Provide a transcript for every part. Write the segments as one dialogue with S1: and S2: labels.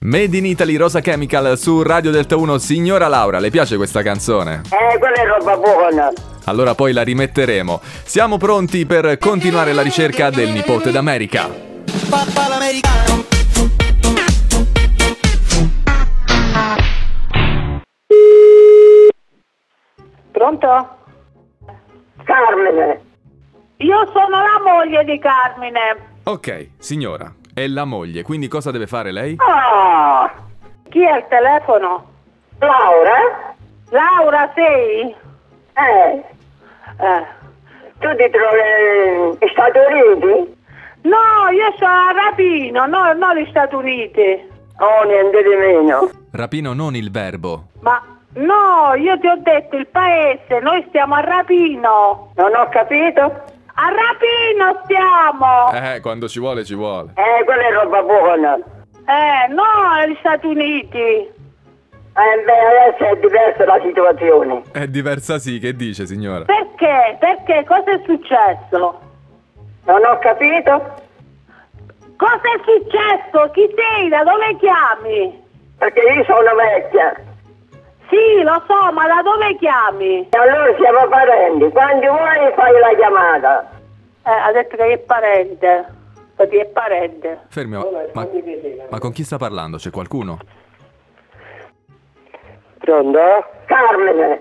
S1: Made in Italy Rosa Chemical su Radio Delta 1. Signora Laura, le piace questa canzone?
S2: Eh, quella è roba buona.
S1: Allora poi la rimetteremo. Siamo pronti per continuare la ricerca del nipote d'America.
S3: Papà l'americano.
S2: Pronto? Carmine.
S4: Io sono la moglie di Carmine.
S1: Ok, signora, è la moglie, quindi cosa deve fare lei?
S2: Ah,
S4: Chi è al telefono?
S2: Laura?
S4: Laura sei?
S2: Eh,
S4: Eh.
S2: tu ti trovi negli Stati Uniti?
S4: No, io sono a Rapino, no, non gli Stati Uniti.
S2: Oh, niente di meno.
S1: Rapino non il verbo.
S4: Ma no, io ti ho detto il paese, noi stiamo a Rapino.
S2: Non ho capito?
S4: A Rapino stiamo!
S1: Eh, quando ci vuole ci vuole.
S2: Eh, quella è roba buona.
S4: Eh, no, agli Stati Uniti.
S2: Eh, beh, adesso è diversa la situazione.
S1: È diversa sì, che dice signora?
S4: Perché? Perché? Cosa è successo?
S2: Non ho capito?
S4: Cosa è successo? Chi sei? Da dove chiami?
S2: Perché io sono vecchia.
S4: Sì, lo so, ma da dove chiami?
S2: E allora siamo parenti. Quando vuoi fai la chiamata.
S4: Eh, ha detto che è parente. Perché è parente.
S1: Fermi, ma, ma- ma con chi sta parlando? C'è qualcuno?
S2: Pronto? Carmine.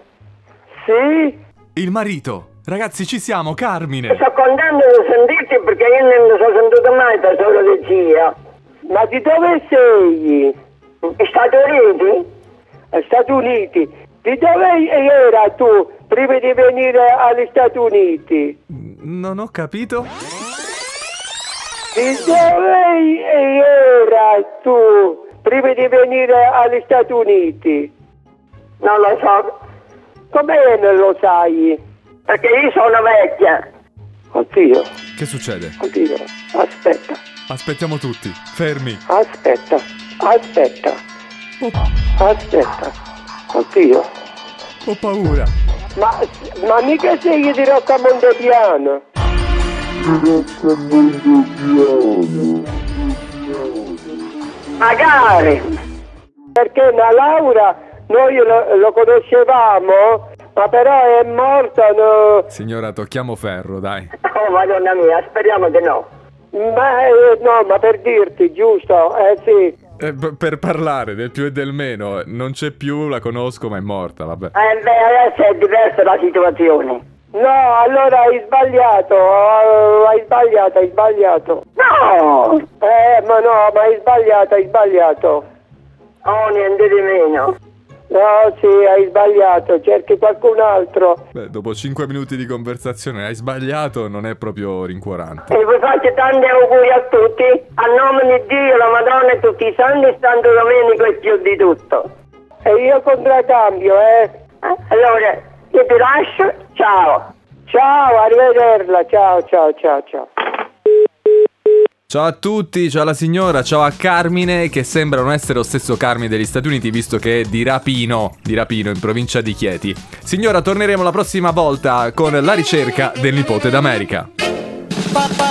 S2: Sì?
S1: Il marito! Ragazzi, ci siamo, Carmine!
S2: Sto contento di sentirti perché io non mi sono sentito mai da solo di zia. Ma di dove sei? Stati Uniti? Stati Uniti. Di dove era tu prima di venire agli Stati Uniti?
S1: Non ho capito.
S2: Di dove era tu prima di venire agli Stati Uniti? Non lo so. Come non lo sai? Perché io sono vecchia. Oddio,
S1: Che succede?
S2: oddio, aspetta.
S1: Aspettiamo tutti. Fermi. Oh.
S2: Aspetta, aspetta,
S1: Ho,
S2: aspetta. Oddio.
S1: ho paura.
S2: Ma, ma mica sei di Rocca Montepiano? Magari. Perché la Laura noi lo, lo conoscevamo, ma però è morta. no?
S1: Signora, tocchiamo ferro, dai.
S2: Oh madonna mia, speriamo di no. Ma eh, no, ma per dirti, giusto? Eh sì.
S1: Eh, p- per parlare del più e del meno, non c'è più, la conosco, ma è morta, vabbè.
S2: Eh beh, adesso è diversa la situazione. No, allora hai sbagliato, eh, hai sbagliato, hai sbagliato. No! Eh, ma no, ma hai sbagliato, hai sbagliato. Oh, niente di meno. No, sì, hai sbagliato, cerchi qualcun altro.
S1: Beh, dopo 5 minuti di conversazione hai sbagliato, non è proprio rincuorante.
S2: E vi faccio tanti auguri a tutti, a nome di Dio, la Madonna e tutti i santi, Santo Domenico e più di tutto. E io contraccambio, eh? Allora, io ti lascio, ciao. Ciao, arrivederla, ciao, ciao, ciao, ciao.
S1: Ciao a tutti, ciao alla signora, ciao a Carmine, che sembra non essere lo stesso Carmine degli Stati Uniti, visto che è di Rapino, di Rapino, in provincia di Chieti. Signora, torneremo la prossima volta con la ricerca del nipote d'America.
S3: Papà